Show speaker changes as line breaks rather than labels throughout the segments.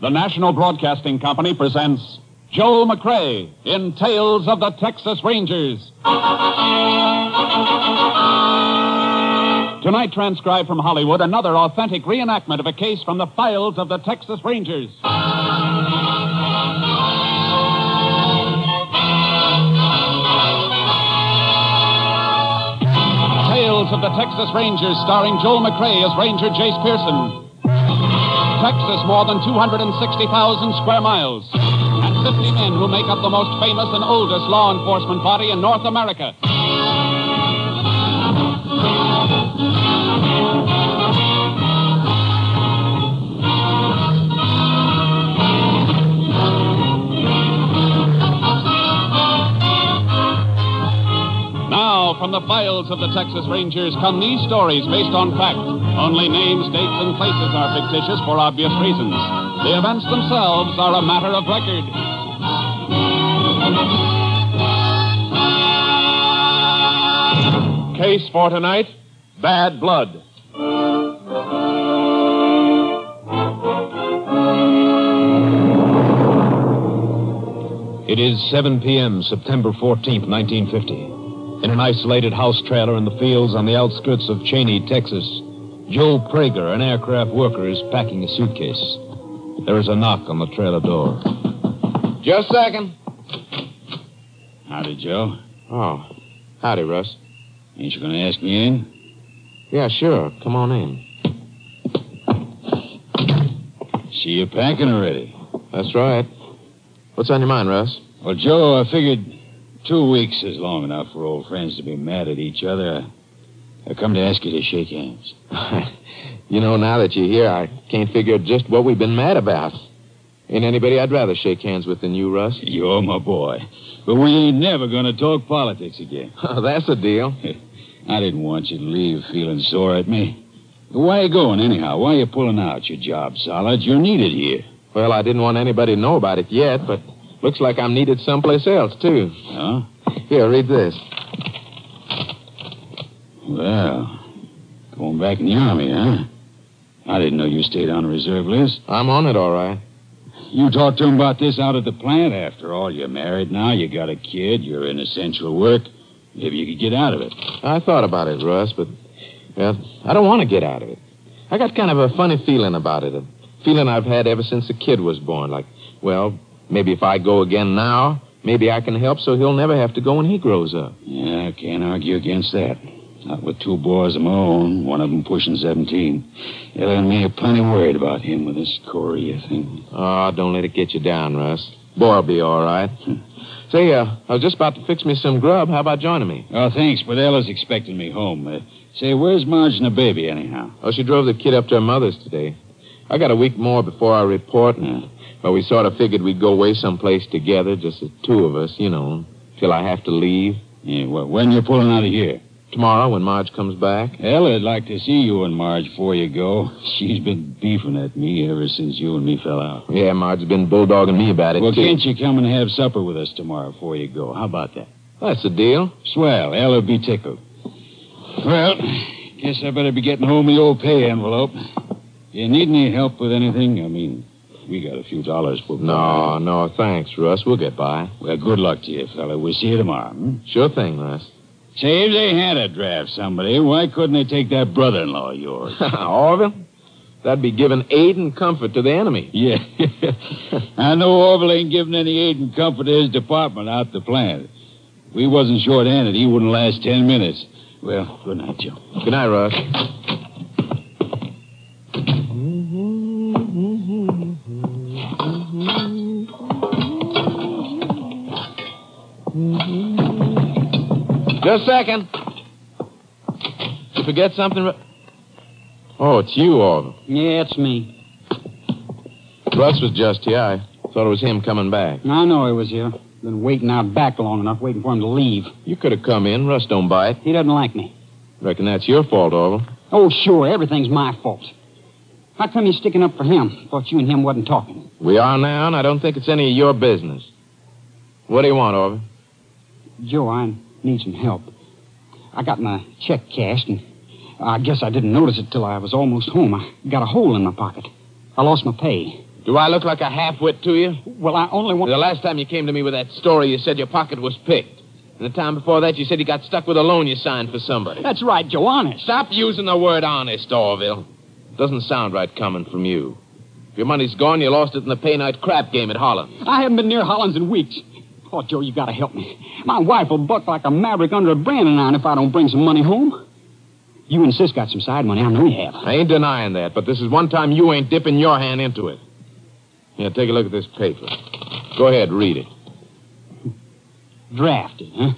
The National Broadcasting Company presents Joel McRae in Tales of the Texas Rangers. Tonight, transcribed from Hollywood, another authentic reenactment of a case from the files of the Texas Rangers. Tales of the Texas Rangers, starring Joel McRae as Ranger Jace Pearson. Texas, more than 260,000 square miles, and 50 men who make up the most famous and oldest law enforcement body in North America. Now, from the files of the Texas Rangers come these stories based on fact. Only names, dates, and places are fictitious for obvious reasons. The events themselves are a matter of record.
Case for tonight Bad Blood. It is 7 p.m., September 14th, 1950. In an isolated house trailer in the fields on the outskirts of Cheney, Texas, Joe Prager, an aircraft worker, is packing a suitcase. There is a knock on the trailer door.
Just a second.
Howdy, Joe.
Oh, howdy, Russ.
Ain't you going to ask me in?
Yeah, sure. Come on in.
See you packing already.
That's right. What's on your mind, Russ?
Well, Joe, Oh, I figured two weeks is long enough for old friends to be mad at each other. I, I come to ask you to shake hands.
you know, now that you're here, I can't figure out just what we've been mad about. Ain't anybody I'd rather shake hands with than you, Russ.
You're my boy. But we ain't never going to talk politics again.
Oh, That's a deal.
I didn't want you to leave feeling sore at me. Why you going anyhow? Why you pulling out? Your job solid. You're needed here.
Well, I didn't want anybody to know about it yet, but looks like I'm needed someplace else, too.
Huh?
Here, read this.
Well, going back in the army, huh? I didn't know you stayed on the reserve list.
I'm on it, all right.
You talked to him about this out at the plant. After all, you're married now. You got a kid. You're in essential work. Maybe you could get out of it.
I thought about it, Russ, but, well, I don't want to get out of it. I got kind of a funny feeling about it, a feeling I've had ever since the kid was born. Like, well, maybe if I go again now, maybe I can help so he'll never have to go when he grows up.
Yeah, I can't argue against that. Not with two boys of my own, one of them pushing 17. The other and me are plenty worried about him with this Korea thing.
Oh, don't let it get you down, Russ. Boy'll be all right. Say, uh, I was just about to fix me some grub. How about joining me?
Oh, thanks, but Ella's expecting me home. Uh, say, where's Marge and the baby, anyhow?
Oh, she drove the kid up to her mother's today. I got a week more before I report, and, but we sort of figured we'd go away someplace together, just the two of us, you know, till I have to leave.
Yeah, well, when you're pulling out of here?
Tomorrow, when Marge comes back.
Ella'd like to see you and Marge before you go. She's been beefing at me ever since you and me fell out.
Yeah, Marge's been bulldogging me about it,
Well,
too.
can't you come and have supper with us tomorrow before you go? How about that?
That's the deal.
Swell. Ella'll be tickled. Well, guess I better be getting home the old pay envelope. You need any help with anything? I mean, we got a few dollars for
No, no, thanks, Russ. We'll get by.
Well, good luck to you, fella. We'll see you tomorrow. Hmm?
Sure thing, Russ.
Say, if they had to draft somebody, why couldn't they take that brother-in-law of yours?
Orville, that'd be giving aid and comfort to the enemy.
yeah. I know Orville ain't giving any aid and comfort to his department out the plant. If we wasn't short-handed, he wouldn't last ten minutes. Well, good night, Joe.
Good night, Russ. Just a second. You forget something? Ru- Oh, it's you, Orville.
Yeah, it's me.
Russ was just here. I thought it was him coming back.
I know he was here. Been waiting out back long enough, waiting for him to leave.
You could have come in. Russ don't bite.
He doesn't like me.
Reckon that's your fault, Orville.
Oh, sure, everything's my fault. How come you're sticking up for him? Thought you and him wasn't talking.
We are now, and I don't think it's any of your business. What do you want, Orville?
Joe, I need some help. I got my check cashed, and I guess I didn't notice it till I was almost home. I got a hole in my pocket. I lost my pay.
Do I look like a half-wit to you?
Well, I only want.
The last time you came to me with that story, you said your pocket was picked. And the time before that, you said you got stuck with a loan you signed for somebody.
That's right, Joe. Honest.
Stop using the word honest, Orville. Doesn't sound right coming from you. If your money's gone, you lost it in the pay night crap game at Holland.
I haven't been near Hollins in weeks. Oh, Joe, you gotta help me. My wife will buck like a maverick under a branding iron if I don't bring some money home. You and Sis got some side money. I know you have.
I ain't denying that, but this is one time you ain't dipping your hand into it. Here, take a look at this paper. Go ahead, read it.
Drafted, huh?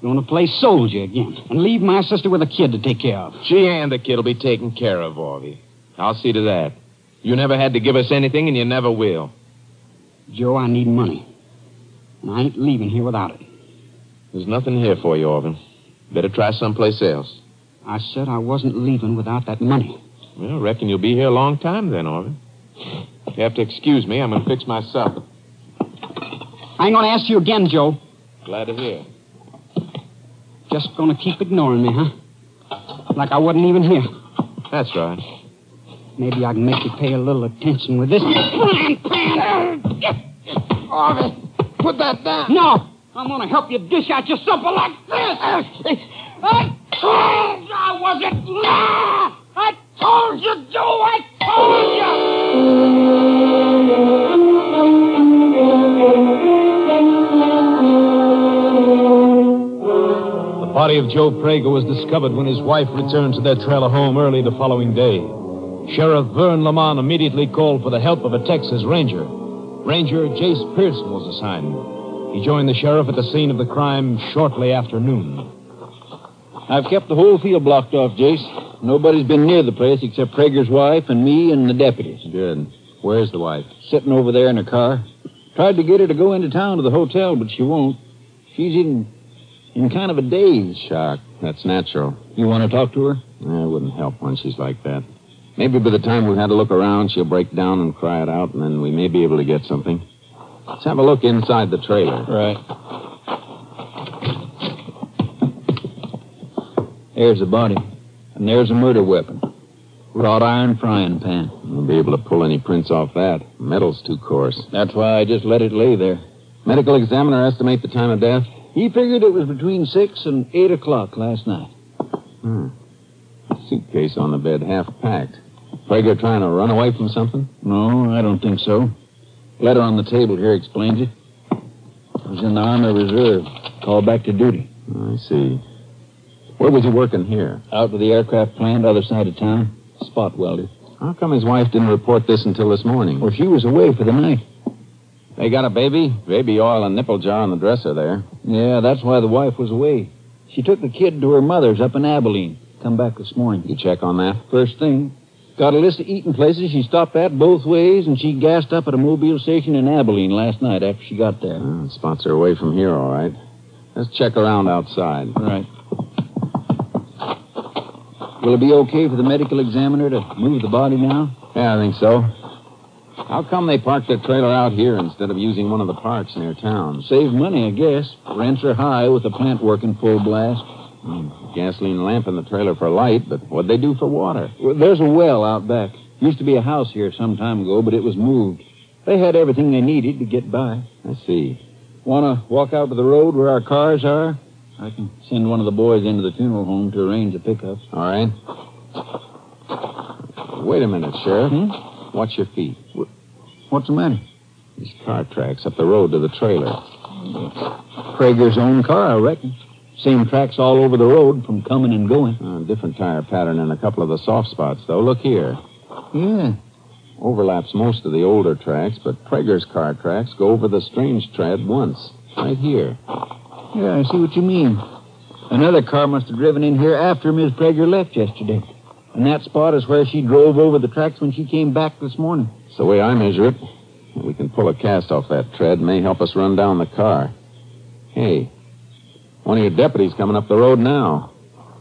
Going to play soldier again and leave my sister with a kid to take care of.
She and the kid'll be taken care of, Orville. I'll see to that. You never had to give us anything, and you never will.
Joe, I need money. And I ain't leaving here without it.
There's nothing here for you, Orville. Better try someplace else.
I said I wasn't leaving without that money.
Well, reckon you'll be here a long time then, Orville. You have to excuse me. I'm going to fix my supper.
I ain't gonna ask you again, Joe.
Glad to hear.
Just gonna keep ignoring me, huh? Like I wasn't even here.
That's right.
Maybe I can make you pay a little attention with this.
Orville, put that down.
No! I'm gonna help you dish out your supper like this! I told you I wasn't. I told you, Joe! I told you!
The body of Joe Prager was discovered when his wife returned to their trailer home early the following day. Sheriff Vern Lamont immediately called for the help of a Texas Ranger. Ranger Jace Pearson was assigned. He joined the sheriff at the scene of the crime shortly after noon.
I've kept the whole field blocked off, Jace. Nobody's been near the place except Prager's wife and me and the deputies.
Good. Where's the wife?
Sitting over there in her car. Tried to get her to go into town to the hotel, but she won't. She's in in kind of a daze.
Shock. That's natural.
You want to talk to her?
Yeah, it wouldn't help when she's like that. Maybe by the time we've had a look around, she'll break down and cry it out, and then we may be able to get something. Let's have a look inside the trailer.
Right. There's the body. And there's a murder weapon. Wrought iron frying pan.
We'll be able to pull any prints off that. Metal's too coarse.
That's why I just let it lay there.
Medical examiner estimate the time of death.
He figured it was between six and eight o'clock last night.
Suitcase on the bed, half packed. Prager trying to run away from something?
No, I don't think so. Letter on the table here explains it. I was in the Army Reserve, called back to duty.
I see. Where was he working here?
Out to the aircraft plant, other side of town. Spot welder.
How come his wife didn't report this until this morning?
Well, she was away for the night.
They got a baby? Baby oil and nipple jar on the dresser there.
Yeah, that's why the wife was away. She took the kid to her mother's up in Abilene. Come back this morning.
You check on that?
First thing, got a list of eating places she stopped at both ways, and she gassed up at a mobile station in Abilene last night after she got there.
Uh, spots her away from here, all right. Let's check around outside.
Right. Will it be okay for the medical examiner to move the body now?
Yeah, I think so. How come they parked their trailer out here instead of using one of the parks near town?
Save money, I guess. Rents are high with the plant working full blast.
Gasoline lamp in the trailer for light, but what'd they do for water?
Well, There's a well out back. Used to be a house here some time ago, but it was moved. They had everything they needed to get by.
I see.
Want to walk out to the road where our cars are? I can send one of the boys into the funeral home to arrange a pickup.
All right. Wait a minute, Sheriff. Watch your feet.
Hmm? What's the matter?
These car tracks up the road to the trailer.
Prager's own car, I reckon. Same tracks all over the road from coming and going.
Uh, different tire pattern in a couple of the soft spots, though. Look here.
Yeah.
Overlaps most of the older tracks, but Prager's car tracks go over the strange tread once. Right here.
Yeah, I see what you mean. Another car must have driven in here after Miss Prager left yesterday. And that spot is where she drove over the tracks when she came back this morning.
It's the way I measure it. If we can pull a cast off that tread, may help us run down the car. Hey, one of your deputies coming up the road now.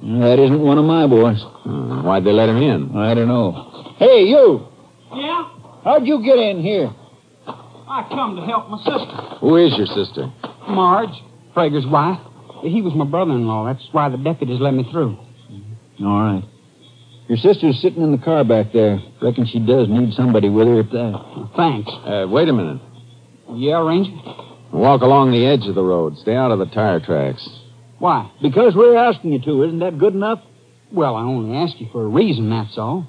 That isn't one of my boys.
Uh, why'd they let him in?
I don't know. Hey, you!
Yeah?
How'd you get in here?
I come to help my sister.
Who is your sister?
Marge, Prager's wife. He was my brother in law. That's why the deputies let me through.
All right. Your sister's sitting in the car back there. Reckon she does need somebody with her if that.
Thanks.
Uh, wait a minute.
Yeah, Ranger?
Walk along the edge of the road. Stay out of the tire tracks.
Why?
Because we're asking you to, isn't that good enough?
Well, I only asked you for a reason, that's all.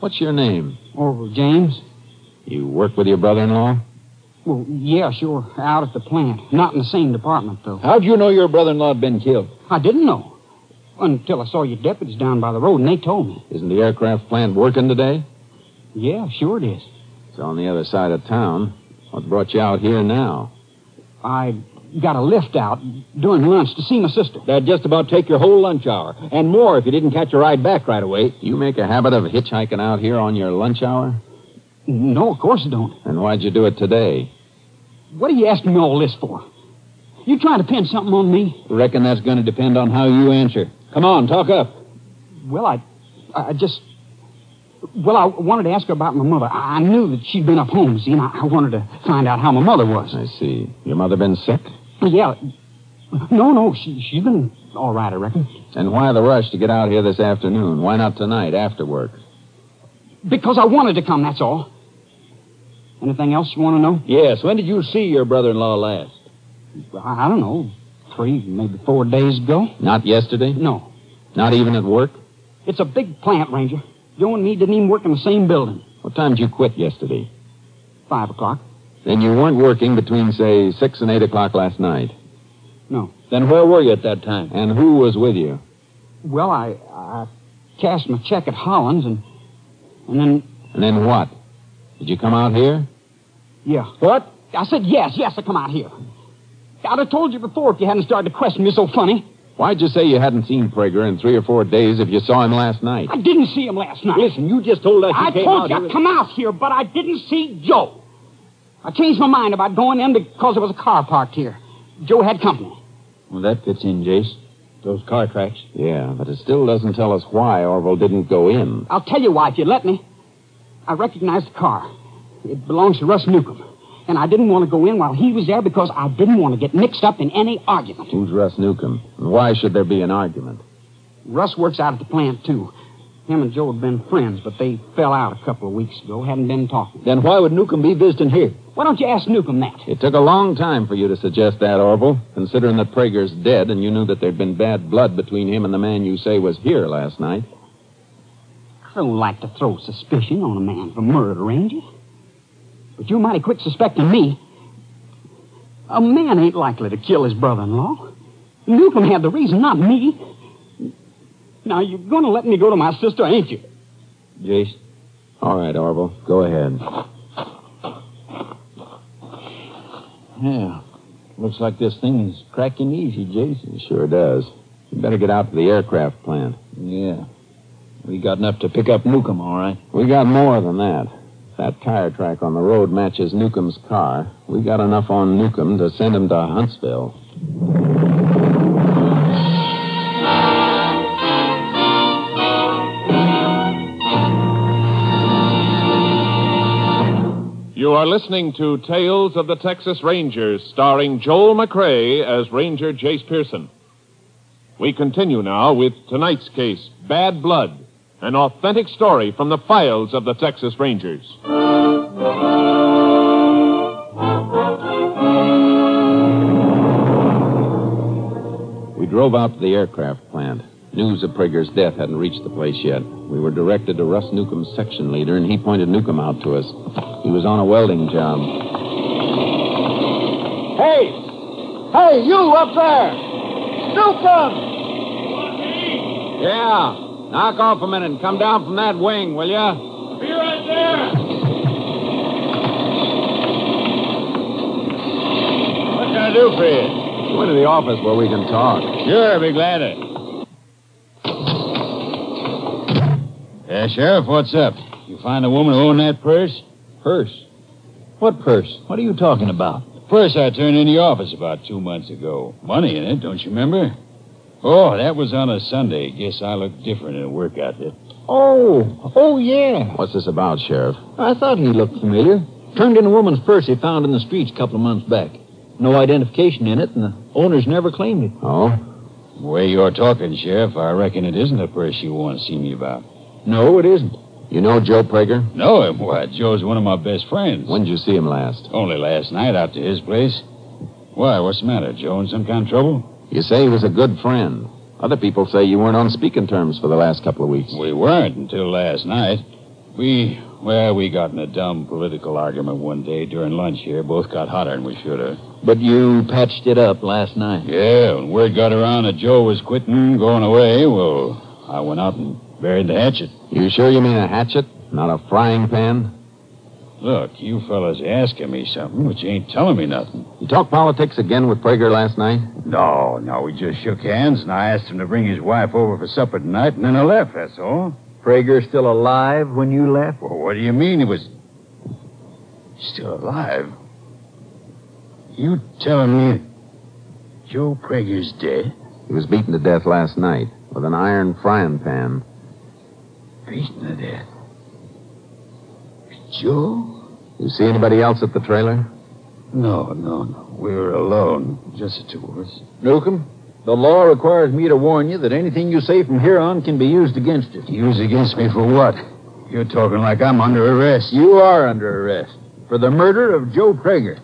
What's your name?
Orville James?
You work with your brother-in-law?
Well, yeah, sure. Out at the plant. Not in the same department, though.
How'd you know your brother-in-law had been killed?
I didn't know. Until I saw your deputies down by the road, and they told me.
Isn't the aircraft plant working today?
Yeah, sure it is.
It's on the other side of town. What brought you out here now?
I got a lift out during lunch to see my sister.
That'd just about take your whole lunch hour. And more if you didn't catch a ride back right away.
You make a habit of hitchhiking out here on your lunch hour?
No, of course I don't.
And why'd you do it today?
What are you asking me all this for? You trying to pin something on me?
Reckon that's going to depend on how you answer. Come on, talk up.
Well, I, I just, well, I wanted to ask her about my mother. I I knew that she'd been up home, see, and I I wanted to find out how my mother was.
I see. Your mother been sick?
Yeah, no, no, she she's been all right, I reckon.
And why the rush to get out here this afternoon? Why not tonight after work?
Because I wanted to come, that's all. Anything else you want to know?
Yes, when did you see your brother-in-law last?
I, I don't know, three, maybe four days ago.
Not yesterday?
No,
Not even at work?
it's a big plant, Ranger. You and me didn't even work in the same building.
What time did you quit yesterday?
Five o'clock.
Then you weren't working between, say, 6 and 8 o'clock last night.
Then where were you at that time?
And who was with you?
Well, I, I cashed my check at Holland's and, and then
And then what? Did you come out here?
Yeah.
What?
I said yes, yes, I come out here. I'd have told you before if you hadn't started to question me so funny.
Why'd you say you hadn't seen Prager in three or four days if you saw him last night?
I didn't see him last night.
Listen, you just told us you
I
came
told
out
you
here-
I'd come out here, but I didn't see Joe. I changed my mind about going in because there was a car parked here. Joe had company.
Well, that fits in, Jace. Those car tracks.
Yeah, but it still doesn't tell us why Orville didn't go in.
I'll tell you why if you let me. I recognized the car. It belongs to Russ Newcomb. And I didn't want to go in while he was there because I didn't want to get mixed up in any argument.
Who's Russ Newcomb? And why should there be an argument?
Russ works out at the plant, too. Him and Joe had been friends, but they fell out a couple of weeks ago, hadn't been talking.
Then why would Newcomb be visiting here?
Why don't you ask Newcomb that?
It took a long time for you to suggest that, Orville, considering that Prager's dead and you knew that there'd been bad blood between him and the man you say was here last night.
I don't like to throw suspicion on a man for murder, Ranger. But you're mighty quick suspecting me. A man ain't likely to kill his brother in law. Newcomb had the reason, not me. Now, you're going to let me go to my sister, ain't you?
Jace.
All right, Orville, go ahead.
Yeah. Looks like this thing is cracking easy, Jace.
It sure does. You better get out to the aircraft plant.
Yeah. We got enough to pick up Newcomb, all right.
We got more than that. If That tire track on the road matches Newcomb's car. We got enough on Newcomb to send him to Huntsville.
You are listening to Tales of the Texas Rangers, starring Joel McRae as Ranger Jace Pearson. We continue now with tonight's case, Bad Blood, an authentic story from the files of the Texas Rangers.
We drove out to the aircraft plant. News of Prager's death hadn't reached the place yet. We were directed to Russ Newcomb's section leader, and he pointed Newcomb out to us. He was on a welding job.
Hey! Hey, you up there! Newcomb!
Yeah. Knock off a minute and come down from that wing, will you?
What can I do for you?
Go into the office where we can talk.
Sure, be glad to.
Yeah, Sheriff, what's up?
You find the woman who owned that purse? Purse? What purse? What are you talking about?
Purse I turned in the office about two months ago. Money in it, don't you remember? Oh, that was on a Sunday. Guess I look different in a work outfit.
Oh, oh, yeah.
What's this about, Sheriff?
I thought he looked familiar. Turned in a woman's purse he found in the streets a couple of months back. No identification in it, and the owners never claimed it.
Oh?
The way you're talking, Sheriff, I reckon it isn't a purse you want to see me about.
No, it isn't.
You know Joe Prager?
Know him? Why, Joe's one of my best friends.
When did you see him last?
Only last night out to his place. Why, what's the matter, Joe? In some kind of trouble?
You say he was a good friend. Other people say you weren't on speaking terms for the last couple of weeks.
We weren't until last night. We, well, we got in a dumb political argument one day during lunch here. Both got hotter than we should have.
But you patched it up last night.
Yeah, when word got around that Joe was quitting, going away, well, I went out and buried the hatchet.
You sure you mean a hatchet, not a frying pan?
Look, you fellas asking me something, which ain't telling me nothing.
You talked politics again with Prager last night?
No, no, we just shook hands, and I asked him to bring his wife over for supper tonight, and then I left, that's all.
Prager still alive when you left?
Well, what do you mean he was still alive? You telling me Joe Prager's dead?
He was beaten to death last night with an iron frying pan.
Beaten to death? Joe?
You see anybody else at the trailer?
No, no, no. We were alone, just the two of us.
Newcomb, the law requires me to warn you that anything you say from here on can be used against you.
Used against me for what? You're talking like I'm under arrest.
You are under arrest for the murder of Joe Prager.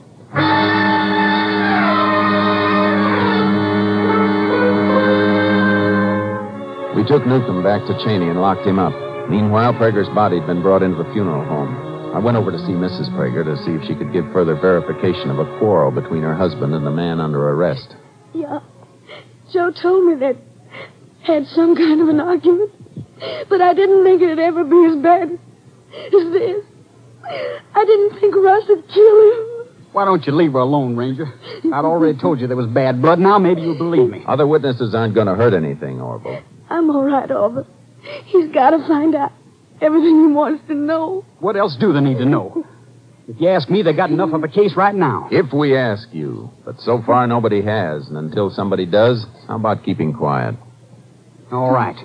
We took Newcomb back to Cheney and locked him up. Meanwhile, Prager's body had been brought into the funeral home. I went over to see Mrs. Prager to see if she could give further verification of a quarrel between her husband and the man under arrest.
Yeah. Joe told me that had some kind of an argument, but I didn't think it'd ever be as bad as this. I didn't think Russ would kill him.
Why don't you leave her alone, Ranger? I'd already told you there was bad blood. Now maybe you'll believe me.
Other witnesses aren't going to hurt anything, Orville.
I'm all right, Orville. He's got to find out everything he wants to know.
What else do they need to know? If you ask me, they got enough of a case right now.
If we ask you, but so far nobody has, and until somebody does, how about keeping quiet?
All right.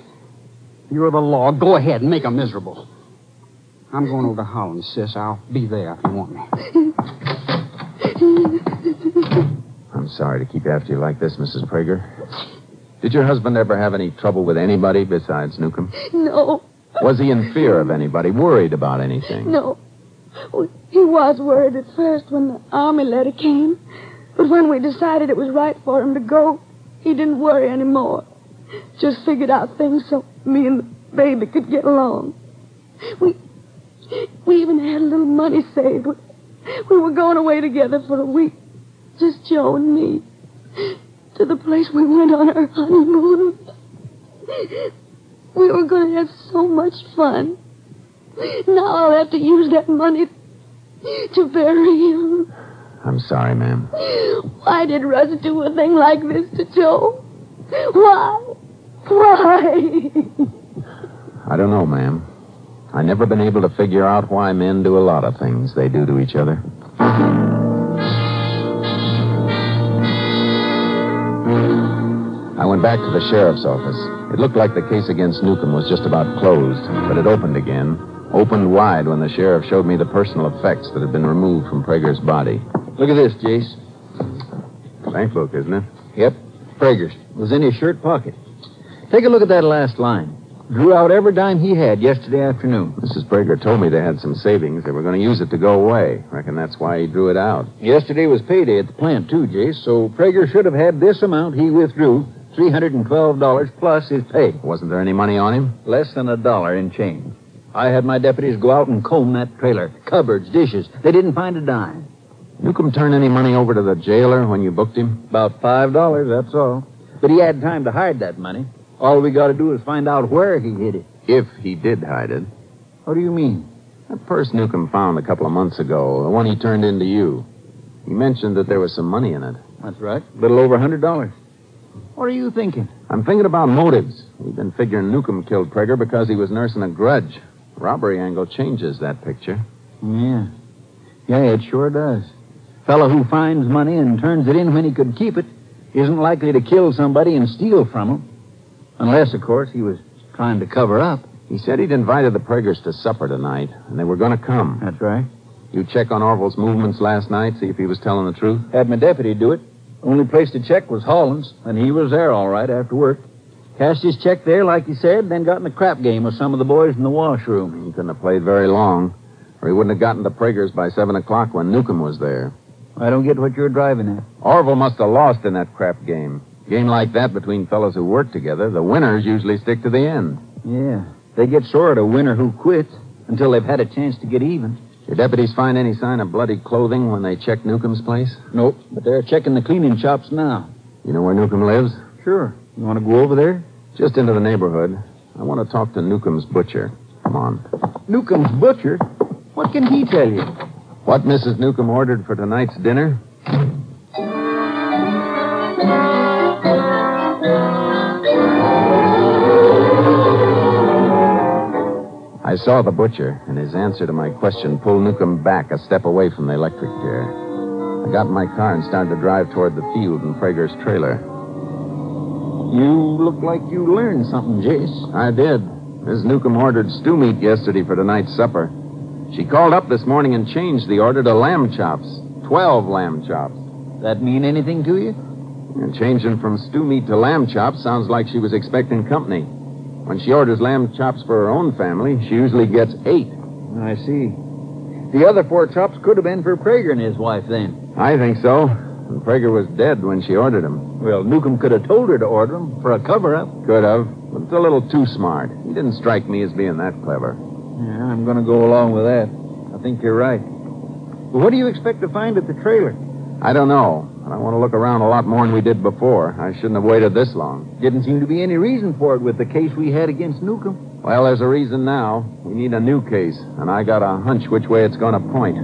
You're the law. Go ahead and make 'em miserable. I'm going over to Holland, sis. I'll be there if you want me.
I'm sorry to keep after you like this, Mrs. Prager. Did your husband ever have any trouble with anybody besides Newcomb?
No,
Was he in fear of anybody, worried about anything?
no. Oh, He was worried at first when the army letter came, but when we decided it was right for him to go, he didn't worry anymore. Just figured out things so me and the baby could get along. We we even had a little money saved. We were going away together for a week, just Joe and me, to the place we went on our honeymoon. We were going to have so much fun. Now I'll have to use that money to bury him.
I'm sorry, ma'am.
Why did Russ do a thing like this to Joe? Why? Why?
I don't know, ma'am. I've never been able to figure out why men do a lot of things they do to each other. I went back to the sheriff's office. It looked like the case against Newcomb was just about closed, but it opened again. Opened wide when the sheriff showed me the personal effects that had been removed from Prager's body.
Look at this, Jace.
Bank book, isn't it?
Yep, Prager's. It was in his shirt pocket. Take a look at that last line. Drew out every dime he had yesterday afternoon.
Mrs. Prager told me they had some savings. They were going to use it to go away. Reckon that's why he drew it out.
Yesterday was payday at the plant, too, Jace, so Prager should have had this amount he withdrew $312 plus his pay.
Wasn't there any money on him?
Less than a dollar in change. I had my deputies go out and comb that trailer. Cupboards, dishes. They didn't find a dime.
Newcomb turn any money over to the jailer when you booked him?
About five dollars, that's all. But he had time to hide that money. All we gotta do is find out where he hid it.
If he did hide it.
What do you mean?
That purse Newcomb found a couple of months ago, the one he turned in to you. He mentioned that there was some money in it.
That's right. A little over a hundred dollars. What are you thinking?
I'm thinking about motives. We've been figuring Newcomb killed Prager because he was nursing a grudge. Robbery angle changes that picture.
Yeah. Yeah, it sure does. Fellow who finds money and turns it in when he could keep it isn't likely to kill somebody and steal from him. Unless, of course, he was trying to cover up.
He said he'd invited the Pragers to supper tonight, and they were going to come.
That's right.
You check on Orville's movements last night, see if he was telling the truth?
Had my deputy do it. Only place to check was Holland's, and he was there all right after work. Cashed his check there, like he said, then got in a crap game with some of the boys in the washroom.
He couldn't have played very long, or he wouldn't have gotten to Prager's by 7 o'clock when Newcomb was there.
I don't get what you're driving at.
Orville must have lost in that crap game. Game like that between fellows who work together, the winners usually stick to the end.
Yeah. They get sore at a winner who quits until they've had a chance to get even.
Did deputies find any sign of bloody clothing when they checked Newcomb's place?
Nope. But they're checking the cleaning shops now.
You know where Newcomb lives?
Sure. You want to go over there?
Just into the neighborhood. I want to talk to Newcomb's butcher. Come on.
Newcomb's butcher? What can he tell you?
What Mrs. Newcomb ordered for tonight's dinner? I saw the butcher, and his answer to my question pulled Newcomb back a step away from the electric chair. I got in my car and started to drive toward the field and Prager's trailer.
You look like you learned something, Jace.
I did. Mrs. Newcomb ordered stew meat yesterday for tonight's supper. She called up this morning and changed the order to lamb chops. Twelve lamb chops.
That mean anything to you?
And changing from stew meat to lamb chops sounds like she was expecting company. When she orders lamb chops for her own family, she usually gets eight.
I see. The other four chops could have been for Prager and his wife then.
I think so. And Prager was dead when she ordered him.
Well, Newcomb could have told her to order them for a cover-up.
Could have, but it's a little too smart. He didn't strike me as being that clever.
Yeah, I'm going to go along with that. I think you're right. But what do you expect to find at the trailer?
I don't know, but I want to look around a lot more than we did before. I shouldn't have waited this long.
Didn't seem to be any reason for it with the case we had against Newcomb.
Well, there's a reason now. We need a new case, and I got a hunch which way it's going to point.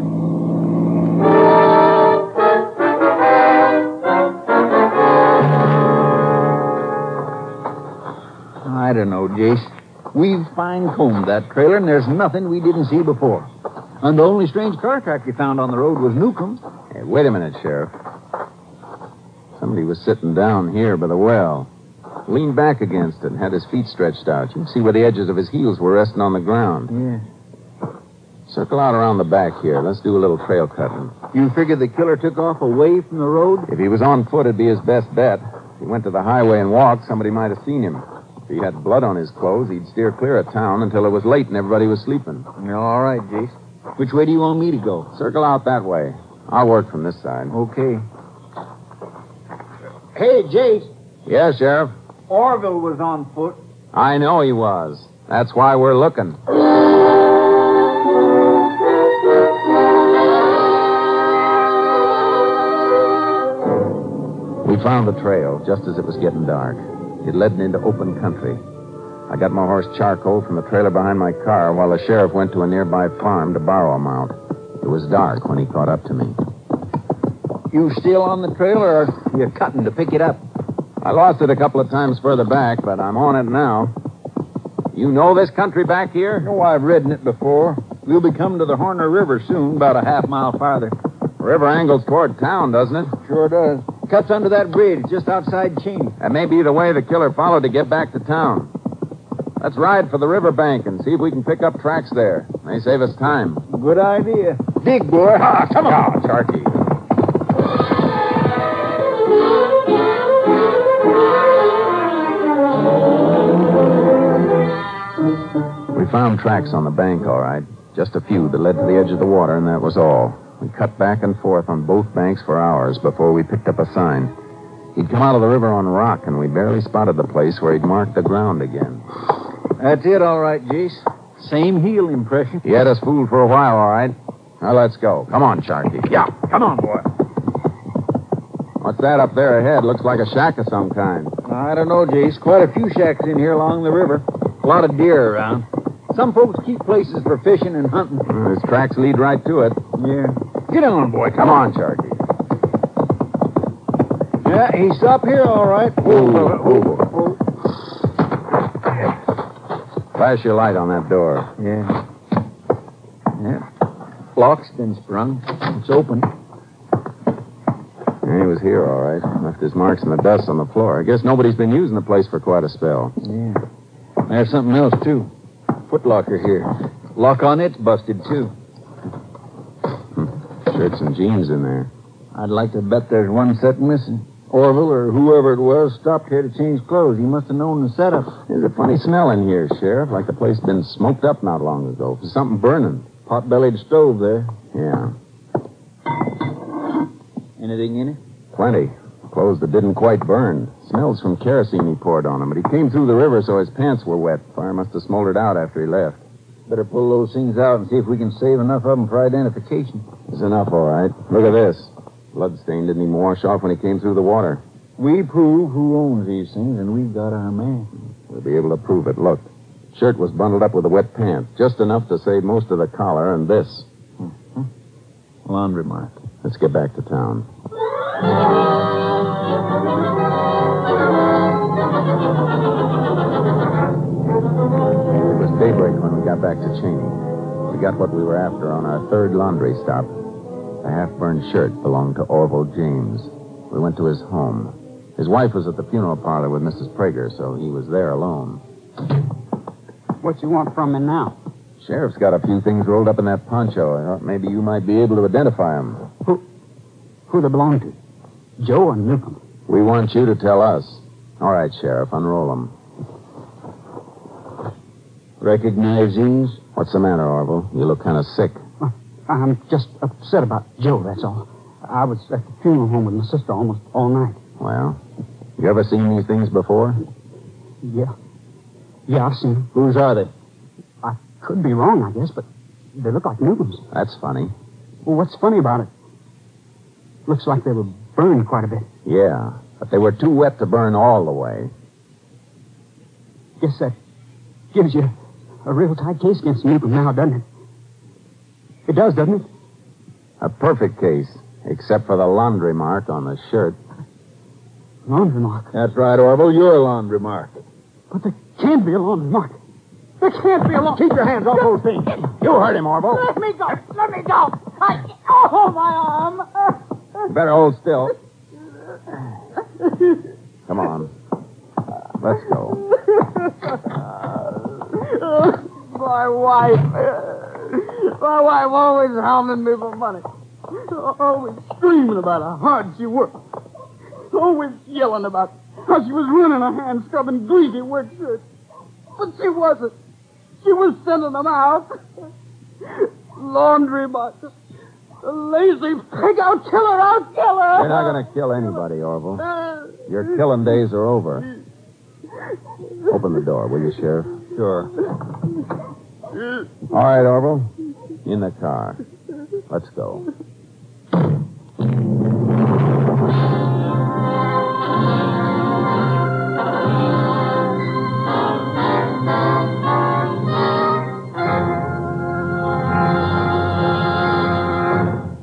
I don't know, Jace. We've fine-combed that trailer, and there's nothing we didn't see before. And the only strange car track you found on the road was Newcomb's.
Hey, wait a minute, Sheriff. Somebody was sitting down here by the well. Leaned back against it and had his feet stretched out. You can see where the edges of his heels were resting on the ground.
Yeah.
Circle out around the back here. Let's do a little trail cutting.
You figure the killer took off away from the road?
If he was on foot, it'd be his best bet. If he went to the highway and walked, somebody might have seen him. If he had blood on his clothes, he'd steer clear of town until it was late and everybody was sleeping.
Yeah, all right, Jace. Which way do you want me to go?
Circle out that way. I'll work from this side.
Okay. Hey, Jace.
Yeah, Sheriff.
Orville was on foot.
I know he was. That's why we're looking. We found the trail just as it was getting dark. It led into open country. I got my horse charcoal from the trailer behind my car while the sheriff went to a nearby farm to borrow a mount. It was dark when he caught up to me.
You still on the trail, or are you cutting to pick it up?
I lost it a couple of times further back, but I'm on it now. You know this country back here?
No, I've ridden it before. We'll be coming to the Horner River soon, about a half mile farther.
River angles toward town, doesn't it?
Sure does. Cuts under that bridge just outside Cheney.
That may be the way the killer followed to get back to town. Let's ride for the river bank and see if we can pick up tracks there. May save us time.
Good idea. Big boy.
Ah, come on, Sharky. We found tracks on the bank, all right. Just a few that led to the edge of the water, and that was all. We cut back and forth on both banks for hours before we picked up a sign. He'd come out of the river on rock, and we barely spotted the place where he'd marked the ground again.
That's it, all right, Jace. Same heel impression.
He had us fooled for a while, all right. Now let's go. Come on, Sharky. Yeah, come on, boy. What's that up there ahead? Looks like a shack of some kind.
I don't know, Jace. Quite a few shacks in here along the river. A lot of deer around. Some folks keep places for fishing and hunting.
Uh, His tracks lead right to it.
Yeah. Get on, boy.
Come on, Sharky.
Yeah, he's up here, all right.
Ooh, ooh. Flash your light on that door.
Yeah. Yeah. Lock's been sprung. It's open.
Yeah, he was here, all right. Left his marks in the dust on the floor. I guess nobody's been using the place for quite a spell.
Yeah. There's something else, too. Footlocker here. Lock on it's busted, too. Hmm.
Shirts and jeans in there.
I'd like to bet there's one set missing.
Orville or whoever it was stopped here to change clothes. He must have known the setup.
There's a funny smell in here, Sheriff, like the place been smoked up not long ago. There's something burning.
Pot-bellied stove there.
Yeah,
Anything in it?
plenty. Clothes that didn't quite burn. Smells from kerosene he poured on 'em, but he came through the river so his pants were wet. Fire must have smoldered out after he left.
Better pull those things out and see if we can save enough of them for identification.
It's enough, all right. Look at this. Blood stain didn't even wash off when he came through the water.
We prove who owns these things, and we've got our man.
We'll be able to prove it. Look. Shirt was bundled up with the wet pants, just enough to save most of the collar and this.
Laundry mark.
Let's get back to town. It was daybreak when we got back to Cheney. We got what we were after on our third laundry stop. The half-burned shirt belonged to Orville James. We went to his home. His wife was at the funeral parlor with Mrs. Prager, so he was there alone.
What you want from me now?
Sheriff's got a few things rolled up in that poncho. I thought maybe you might be able to identify them.
Who they belong to? Joe or Newcomb?
We want you to tell us. All right, Sheriff, unroll them.
Recognize these?
What's the matter, Orville? You look kind of sick.
I'm just upset about Joe, that's all. I was at the funeral home with my sister almost all night.
Well, you ever seen these things before?
Yeah. Yeah, I've seen him.
Whose are they?
I could be wrong, I guess, but they look like Newcomb's.
That's funny.
Well, what's funny about it? Looks like they were burned quite a bit.
Yeah, but they were too wet to burn all the way.
Guess that gives you a real tight case against Newcomb now, doesn't it? It does, doesn't it?
A perfect case, except for the laundry mark on the shirt.
Laundry mark.
That's right, Orville. Your laundry mark.
But there can't be a laundry mark. There can't be a laundry
Keep your hands off those things. You heard him, Orville.
Let me go. Let me go. I... Oh, my arm.
You better hold still. Come on. Let's go.
My wife. My wife always hounding me for money. Always screaming about how hard she worked. Always yelling about how she was running her hand scrubbing greasy work shirts. But she wasn't. She was sending them out. Laundry boxes. The lazy pig. I'll kill her. I'll kill her.
You're not going to kill anybody, Orville. Your killing days are over. Open the door, will you, Sheriff?
Sure.
All right, Orville. In the car. Let's go.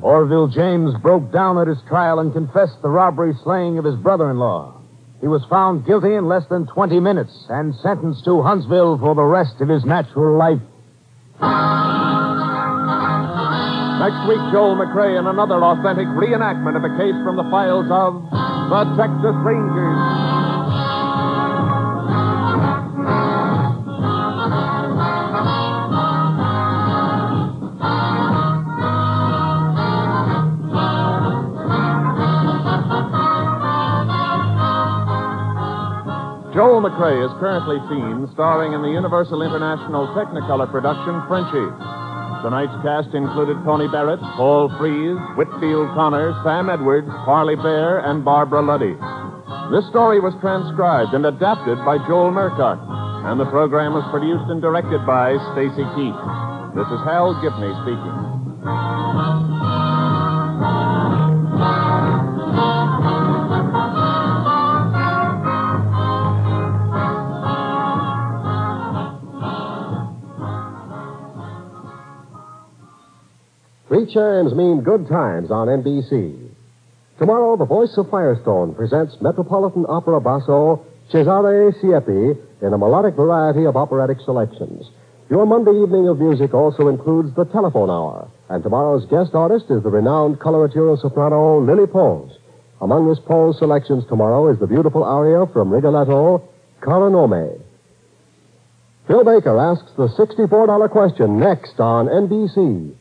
Orville James broke down at his trial and confessed the robbery slaying of his brother in law. He was found guilty in less than 20 minutes and sentenced to Huntsville for the rest of his natural life. Next week, Joel McRae in another authentic reenactment of a case from the files of the Texas Rangers. Joel McRae is currently seen starring in the Universal International Technicolor production Frenchie. Tonight's cast included Tony Barrett, Paul Frees, Whitfield Connor, Sam Edwards, Parley Bear, and Barbara Luddy. This story was transcribed and adapted by Joel Murcock, and the program was produced and directed by Stacy Keith. This is Hal Gibney speaking.
Three chimes mean good times on NBC. Tomorrow, the voice of Firestone presents Metropolitan Opera Basso Cesare Siepi in a melodic variety of operatic selections. Your Monday evening of music also includes the telephone hour, and tomorrow's guest artist is the renowned coloratura soprano Lily Pons. Among Miss Pons' selections tomorrow is the beautiful aria from Rigoletto, Caranome. Phil Baker asks the $64 question next on NBC.